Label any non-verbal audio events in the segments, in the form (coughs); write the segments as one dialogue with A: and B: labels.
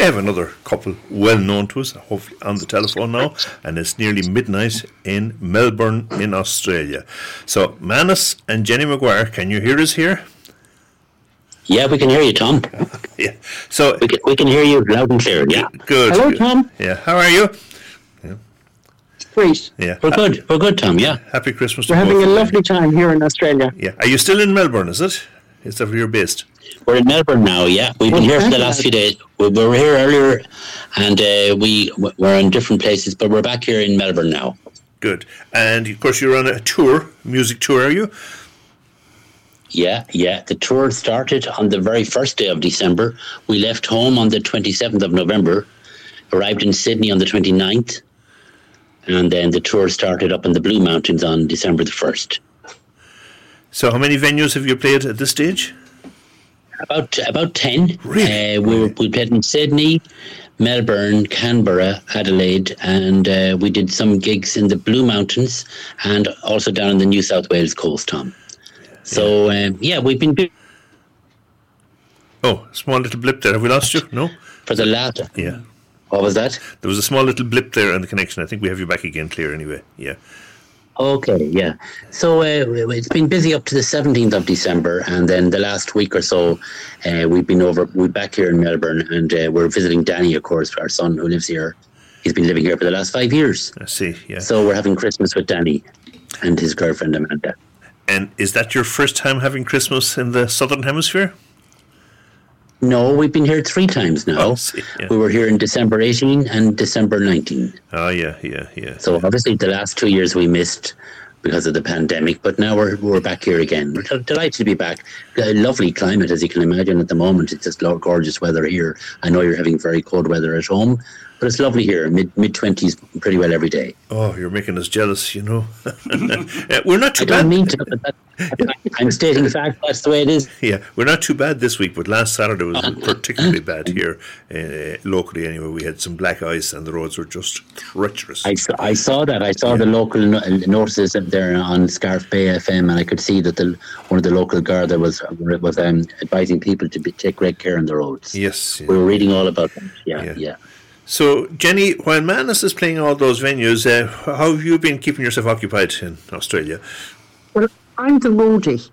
A: I have another couple well known to us, hopefully on the telephone now, and it's nearly midnight in Melbourne, in Australia. So, Manus and Jenny McGuire, can you hear us here? (laughs)
B: Yeah, we can hear you, Tom.
A: Yeah. So,
B: We can, we can hear you loud and clear. Yeah.
A: good.
B: Hello,
A: good.
B: Tom.
A: Yeah. How are you?
C: Great.
A: Yeah.
B: We're
A: Ha-
B: good. We're good, Tom. Yeah.
A: Happy Christmas.
C: We're
A: to
C: having
A: both
C: a
A: of you.
C: lovely time here in Australia.
A: Yeah. Are you still in Melbourne? Is it? Is that where you're based?
B: We're in Melbourne now. Yeah, we've been here for the last few days. We, we were here earlier, and uh, we were in different places, but we're back here in Melbourne now.
A: Good. And of course, you're on a tour, music tour, are you?
B: Yeah, yeah. The tour started on the very first day of December. We left home on the 27th of November, arrived in Sydney on the 29th, and then the tour started up in the Blue Mountains on December the 1st.
A: So, how many venues have you played at this stage?
B: About about 10.
A: Really?
B: Uh, we, were, we played in Sydney, Melbourne, Canberra, Adelaide, and uh, we did some gigs in the Blue Mountains and also down on the New South Wales coast, Tom. So, um, yeah, we've been bu-
A: Oh, small little blip there. Have we lost you? No?
B: for the last.
A: Yeah.
B: What was that?
A: There was a small little blip there on the connection. I think we have you back again, clear anyway. Yeah.
B: Okay, yeah. So uh, it's been busy up to the 17th of December, and then the last week or so, uh, we've been over, we're back here in Melbourne, and uh, we're visiting Danny, of course, our son who lives here. He's been living here for the last five years.
A: I see. Yeah.
B: So we're having Christmas with Danny and his girlfriend Amanda.
A: and is that your first time having Christmas in the Southern Hemisphere?
B: No, we've been here three times now.
A: I Oh, see, yeah.
B: We were here in December 18 and December 19.
A: Oh, yeah, yeah, yeah.
B: So obviously the last two years we missed because of the pandemic, but now we're, we're back here again. We're del- delighted to be back. A lovely climate, as you can imagine at the moment. It's just lo- gorgeous weather here. I know you're having very cold weather at home, but it's lovely here. Mid mid twenties, pretty well every day.
A: oh, you're making us jealous, you
B: (laughs)
A: know. (laughs) Yeah, we're not too
B: I
A: bad.
B: don't mean to, but
A: (laughs)
B: that, I'm stating fact. That's the way it is.
A: Yeah, we're not too bad this week, but last Saturday was
B: Uh,
A: particularly bad here uh, locally. Anyway, we had some black ice and the roads were just treacherous.
B: I saw, I saw that. I saw the local no- notices up there on Scarf Bay FM, and I could see that the one of the local Garda was was um, advising people to be, take great care on the roads.
A: yes. yeah.
B: We were reading all about that. Yeah,
A: Yeah.
B: yeah.
A: (laughs) So, Jenny, while Manus is playing all those venues, uh, how have you been keeping yourself occupied in Australia? (laughs)
C: Well, I'm the roadie.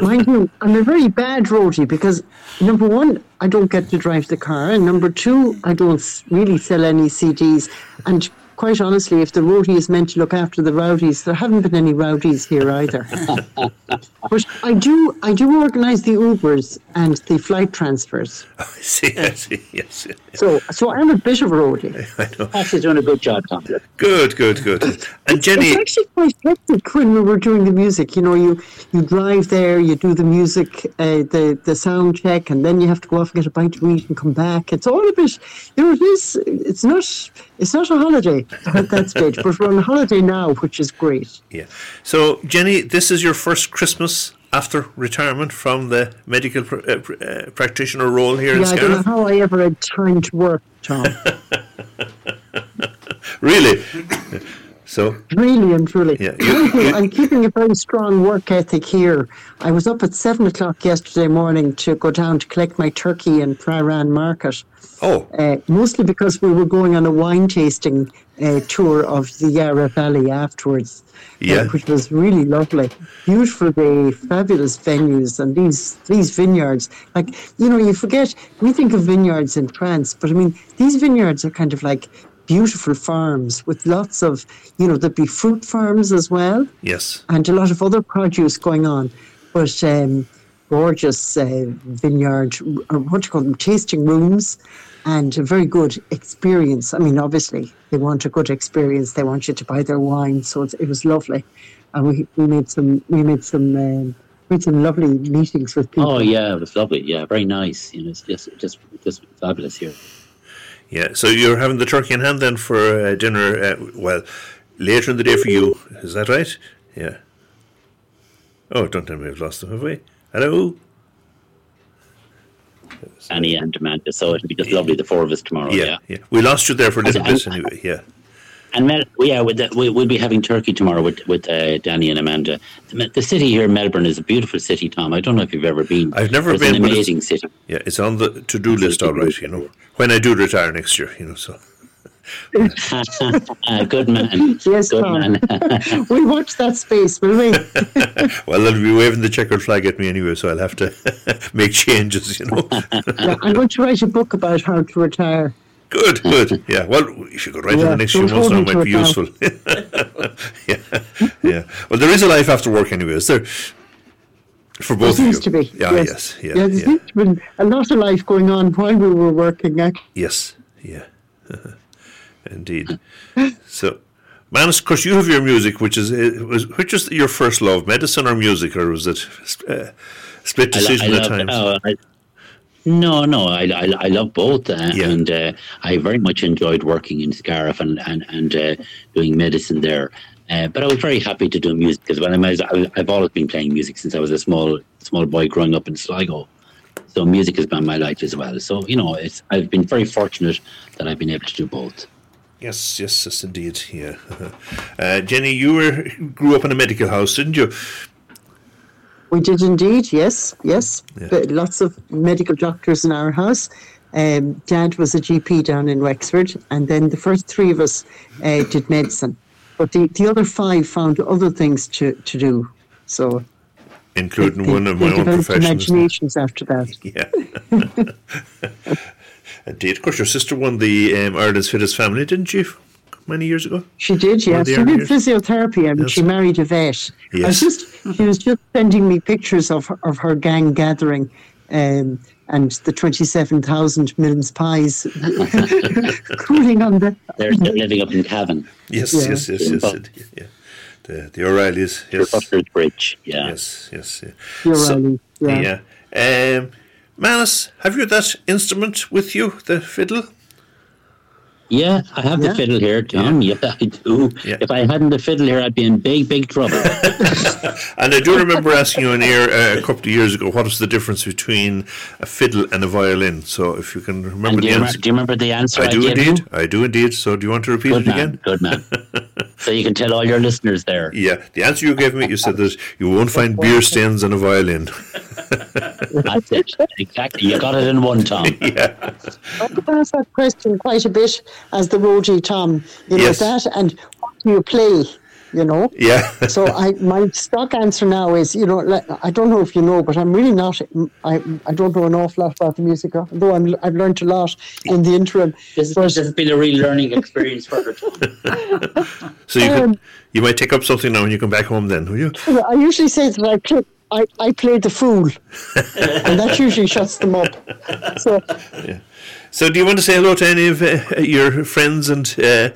C: Mind you, I'm a very bad roadie because number one, I don't get to drive the car, and number two, I don't s- really sell any CDs. And quite honestly, if the roadie is meant to look after the rowdies, there haven't been any rowdies here either. but I do, I do organise the Ubers and the flight transfers.
A: I see, I see, yes. yeah.
C: So, so I'm a bit of a roadie.
B: Pass is doing a good job, Tom.
A: Good, good, good. And Jenny,
C: It's actually quite hectic when we were doing the music. You know, you you drive there, you do the music, uh, the the sound check, and then you have to go off and get a bite to eat and come back. It's all a bit, you know, it is. It's not. It's not a holiday at that stage, but we're on holiday now, which is great.
A: yeah. So, Jenny, this is your first Christmas after retirement from the medical pr- uh, pr- uh, practitioner role here in
C: yeah, I don't know
A: Scotland.
C: how I ever had time to work, Tom.
A: Really? (coughs) so,
C: really and truly.
A: Yeah, you-
C: Mind you, I'm keeping a very strong work ethic here. I was up at seven o'clock yesterday morning to go down to collect my turkey in Prioran Market.
A: oh,
C: uh, mostly because we were going on a wine tasting uh, tour of the Yarra Valley afterwards, uh,
A: Yeah.
C: which was really lovely. Beautiful day, fabulous venues, and these these vineyards. Like you know, you forget we think of vineyards in France, but I mean these vineyards are kind of like beautiful farms with lots of you know there'd be fruit farms as well
A: yes.
C: and a lot of other produce going on. But um, gorgeous uh, vineyard, or what do you call them, tasting rooms, and a very good experience. I mean, obviously, they want a good experience. They want you to buy their wine, so it's, it was lovely. And we, we made some we made some um, we had some lovely meetings with people.
B: Oh yeah, it was lovely. Yeah, very nice. You know, it's just just just fabulous here.
A: Yeah, so you're having the turkey in hand then for uh, dinner, uh, well, later in the day for you. Is that right? Yeah. Oh, don't tell me we've lost them, have we? Hello?
B: Annie and Amanda. So it'll be just lovely. The four of us tomorrow. Oh, Yeah.
A: yeah. We lost you there for a little
B: I-
A: bit anyway, yeah.
B: And Mel, yeah, with the, we, we'll be having turkey tomorrow with with uh, Danny and Amanda. The, me- the city here, Melbourne, is a beautiful city, Tom. I don't know if you've ever been.
A: I've never
B: but it's
A: been,
B: An
A: but it's-
B: amazing city.
A: Yeah, it's on the to do list, all right. You know, when I do retire next year, you know. So
B: (laughs) Ah, good man.
C: Yes,
B: good
C: Tom.
B: man.
C: (laughs) We'll watch that space,
B: (laughs)
C: will we?
A: well, they'll be waving the checkered flag at me anyway, so I'll have to (laughs) make changes. You
B: (laughs)
A: know.
C: Yeah, I'm going to write a book about how to retire.
A: good, good. Yeah. Well, if you could write in the
C: Yeah,
A: next few
C: don't
A: months,
C: hold
A: now
C: me
A: it
C: to
A: might be
C: it now.
A: useful. (laughs) yeah, yeah. Well, there is a life after work, anyway. Is there? For both
C: seems
A: of
C: to
A: you.
C: be.
A: Yeah. Yes.
C: yes.
A: Yeah.
C: there
A: yeah.
C: seems to be a lot of life going on while we were working. eh? Actually.
A: Yes, yeah, (laughs) indeed. So, Manus, of course, you have your music, which is uh, was which is your first love, medicine or music, or was it uh, split
B: I lo-
A: decision
B: I
A: at
B: love-
A: times?
B: oh, I- no, no, I, I, I love both, uh,
A: Yeah.
B: and uh, I very much enjoyed working in Scariff and and and uh, doing medicine there. Uh, but I was very happy to do music as well. I mean, I- I've always been playing music since I was a small small boy growing up in Sligo. So music has been my life as well. So you know, it's I've been very fortunate that I've been able to do both.
A: Yes, yes, yes, indeed. Yeah, (laughs) uh, Jenny, you were grew up in a medical house, didn't you?
C: We did indeed, yes, yes.
A: Yeah.
C: But lots of medical doctors in our house. Um, Dad was a GP down in Wexford, and then the first three of us uh, did medicine. But the, the other five found other things to, to do. So
A: Including
C: they,
A: one of
C: they
A: my own
C: developed
A: professions.
C: imaginations after that.
A: Yeah. (laughs) Indeed. Of course, your sister won the um, Ireland's Fittest Family, didn't she? Many years ago.
C: She did, yes.
A: the
C: She did
A: earlier-
C: physiotherapy. I mean, she married a vet. I
A: Yes.
C: was just, she was just sending me pictures of her, of her gang gathering um, and the 27,000 Mills pies (laughs) cooling on the.
B: They're, they're living up in Cavan,
A: Yes,
C: Yeah.
A: yes, yes, yes.
B: Yeah.
A: indeed, Yeah. The the O'Reillys.
B: yes.
A: Yes.
B: Bridge. Yeah.
A: Yes, yes, yeah.
C: You're
A: So-
C: right,
A: yeah. Um, Manus, have you that instrument with you, the fiddle?
B: Yeah, I have
C: Yeah.
B: the fiddle here, Tom. Yeah, I do.
A: Yeah.
B: If I hadn't the fiddle here, I'd be in big, big trouble.
A: (laughs) And I do remember asking you on air uh, a couple of years ago what is the difference between a fiddle and a violin. So if you can remember
B: and
A: the
B: do you, remember,
A: answer,
B: do you remember the answer?
A: I do
B: gave you?
A: indeed. I do indeed. So do you want to repeat
B: Good
A: it
B: man.
A: again? (laughs)
B: Good man. so you can tell all your listeners there.
A: Yeah, the answer you gave me, you said that you won't find beer stains on a violin. (laughs)
B: That's it. Exactly. You got it in one,
A: (laughs)
B: Tom.
C: I get asked that question quite a bit as the roadie, Tom. You know,
A: Yes.
C: that and what do you play, you know?
A: Yeah.
C: So I, my stock answer now is, you know, like, I don't know if you know, but I'm really not. I, I don't know an awful lot about the music, although I'm, I've learned a lot in the interim.
B: This,
C: But-
B: this has been a real learning experience for her, Tom.
A: So you could,
C: Um,
A: you might take up something now when you come back home then, will you?
C: Well, I usually say that I play, I, I play the fool, and that usually shuts them up. So
A: So do you want to say hello to any of uh, your friends and uh,
C: oh,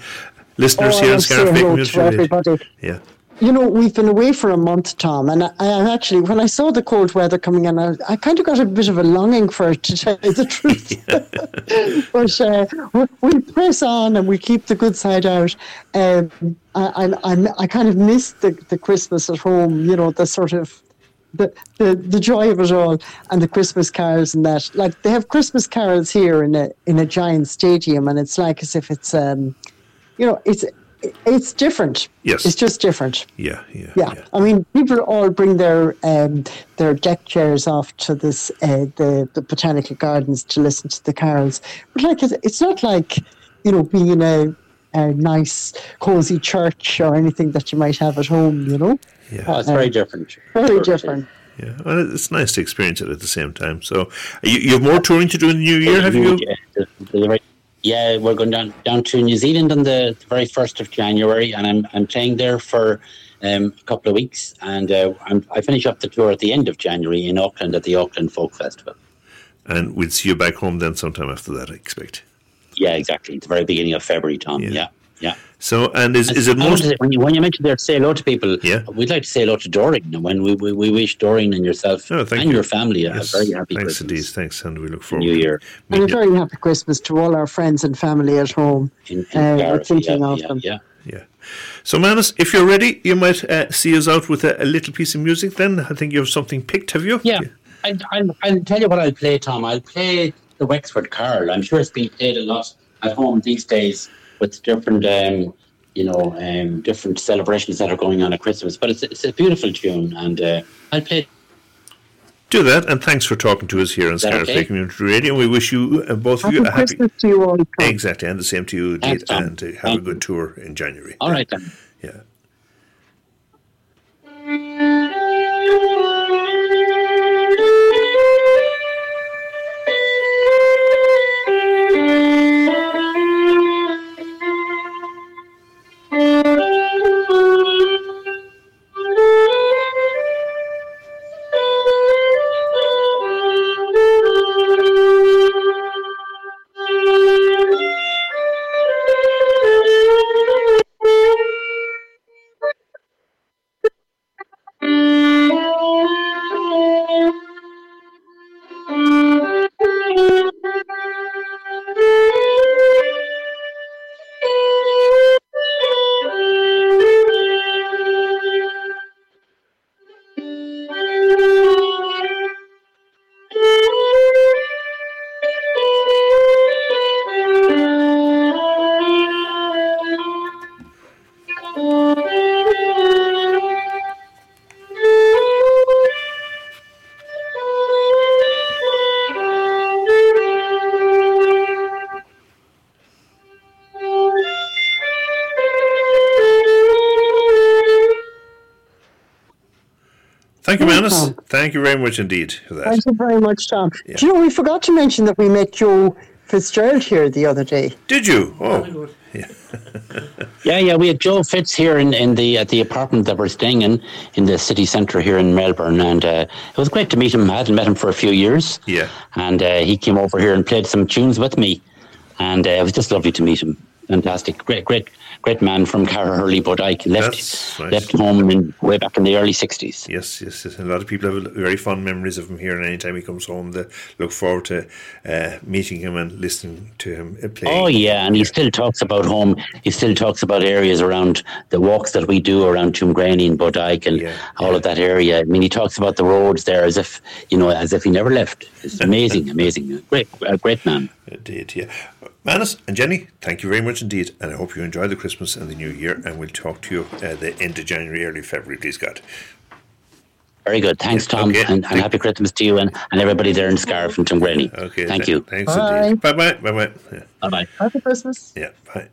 A: listeners
C: I
A: here in
C: would say
A: Scariff Bay
C: hello
A: Community
C: to
A: Radio?
C: everybody.
A: Yeah.
C: You know, we've been away for a month, Tom, and I, I actually, when I saw the cold weather coming in, I, I kind of got a bit of a longing for it, to tell you the truth. but uh, we, we press on and we keep the good side out. Um, I, I, I, I kind of missed the, the Christmas at home, you know, the sort of the, the, the joy of it all and the Christmas carols and that. Like they have Christmas carols here in a in a giant stadium, and it's like as if it's um, you know, it's it's different.
A: Yes.
C: it's just different.
A: Yeah, yeah,
C: Yeah. I mean, people all bring their um, their deck chairs off to this uh, the the botanical gardens to listen to the carols. But like, it's, it's not like you know being in a, a nice cozy church or anything that you might have at home. You know,
A: yeah.
B: Oh, it's very different.
C: very different.
A: yeah. Well, it's nice to experience it at the same time. So, you, you have more touring to do in the new year, have you?
B: Yeah, Yeah, we're going down down to New Zealand on the, the very first of January, and I'm I'm playing there for um, a couple of weeks, and uh, I'm, I finish up the tour at the end of January in Auckland at the Auckland Folk Festival.
A: And we'll see you back home then sometime after that, I expect.
B: Yeah, exactly. The very beginning of February, Tom.
A: Yeah.
B: Yeah, yeah.
A: So, and is, is it
B: I wanted
A: most?
B: to- when you when you mentioned there, say hello to people.
A: Yeah.
B: we'd like to say hello to Doreen, and when we, we, we wish Doreen and yourself
A: Oh, thank
B: and
A: you.
B: your family
A: Yes.
B: a very happy
A: Thanks, indeed.
B: Christmas,
A: Thanks, and we look forward.
B: New
A: to
B: Year.
C: And a
A: meeting you.
C: very happy Christmas to all our friends and family at home.
B: In, in
C: Uh, we're
B: Carrick.
C: thinking
B: yeah,
C: of
B: yeah,
C: them.
B: yeah.
A: Yeah. So, Manus, if you're ready, you might uh, see us out with a, a little piece of music. Then I think you have something picked, have you?
B: Yeah, I, I'll, I'll tell you what I'll play, Tom. I'll play the Wexford Carol. I'm sure it's been played a lot at home these days with different um, you know, um, different celebrations that are going on at Christmas. But it's, it's a beautiful tune, and uh, I'll play it.
D: Do that, and thanks for talking to us here on
B: that
D: Scarlet
B: okay?
D: Community Radio. We wish you, uh, both of
C: Happy
D: you, a happy.
C: Christmas to you all. Tom.
D: Exactly, and the same to you,
B: Thanks,
D: Nate,
B: Tom.
D: and uh, have a
B: Thank
D: good tour in January.
B: All right, then.
D: Yeah.
C: Thank
D: Thank you,
C: you,
D: Manus.
C: Tom.
D: Thank you very much indeed for that.
C: Thank you very much, Tom. Do you know, we forgot to mention that we met Joe Fitzgerald here the other day.
D: Did you? Oh,
B: Yeah, yeah, we had Joe Fitz here in, in the at the apartment that we're staying in in the city centre here in Melbourne, and uh, it was great to meet him. I hadn't met him for a few years,
D: yeah.
B: and uh, he came over here and played some tunes with me, and uh, it was just lovely to meet him. Fantastic, great, great, great man from Cara Hurley Bodike. Left
D: That's right.
B: left home in, way back in the early sixties.
D: Yes, yes, yes. And a lot of people have very fond memories of him here, and anytime he comes home, they look forward to uh, meeting him and listening to him uh, play.
B: Oh yeah, and he still talks about home. He still talks about areas around the walks that we do around Tumgraney and Bodike and
D: Yeah,
B: all of that area. I mean, he talks about the roads there as if you know, as if he never left. It's amazing, amazing, great, a great man.
D: Indeed, yeah. Manus and Jenny, thank you very much indeed, and I hope you enjoy the Christmas and the New Year, and we'll talk to you uh, the end of January, early February, please God.
B: Very good. Thanks, Tom,
D: Okay.
B: and, and happy Christmas to you and, and everybody there in Scarf and Tumgraney.
D: Okay.
B: Thank
D: th-
B: you.
D: Thanks
C: Bye.
D: indeed. Bye bye. Bye bye. Yeah.
B: Bye bye.
C: Happy Christmas.
D: yeah bye.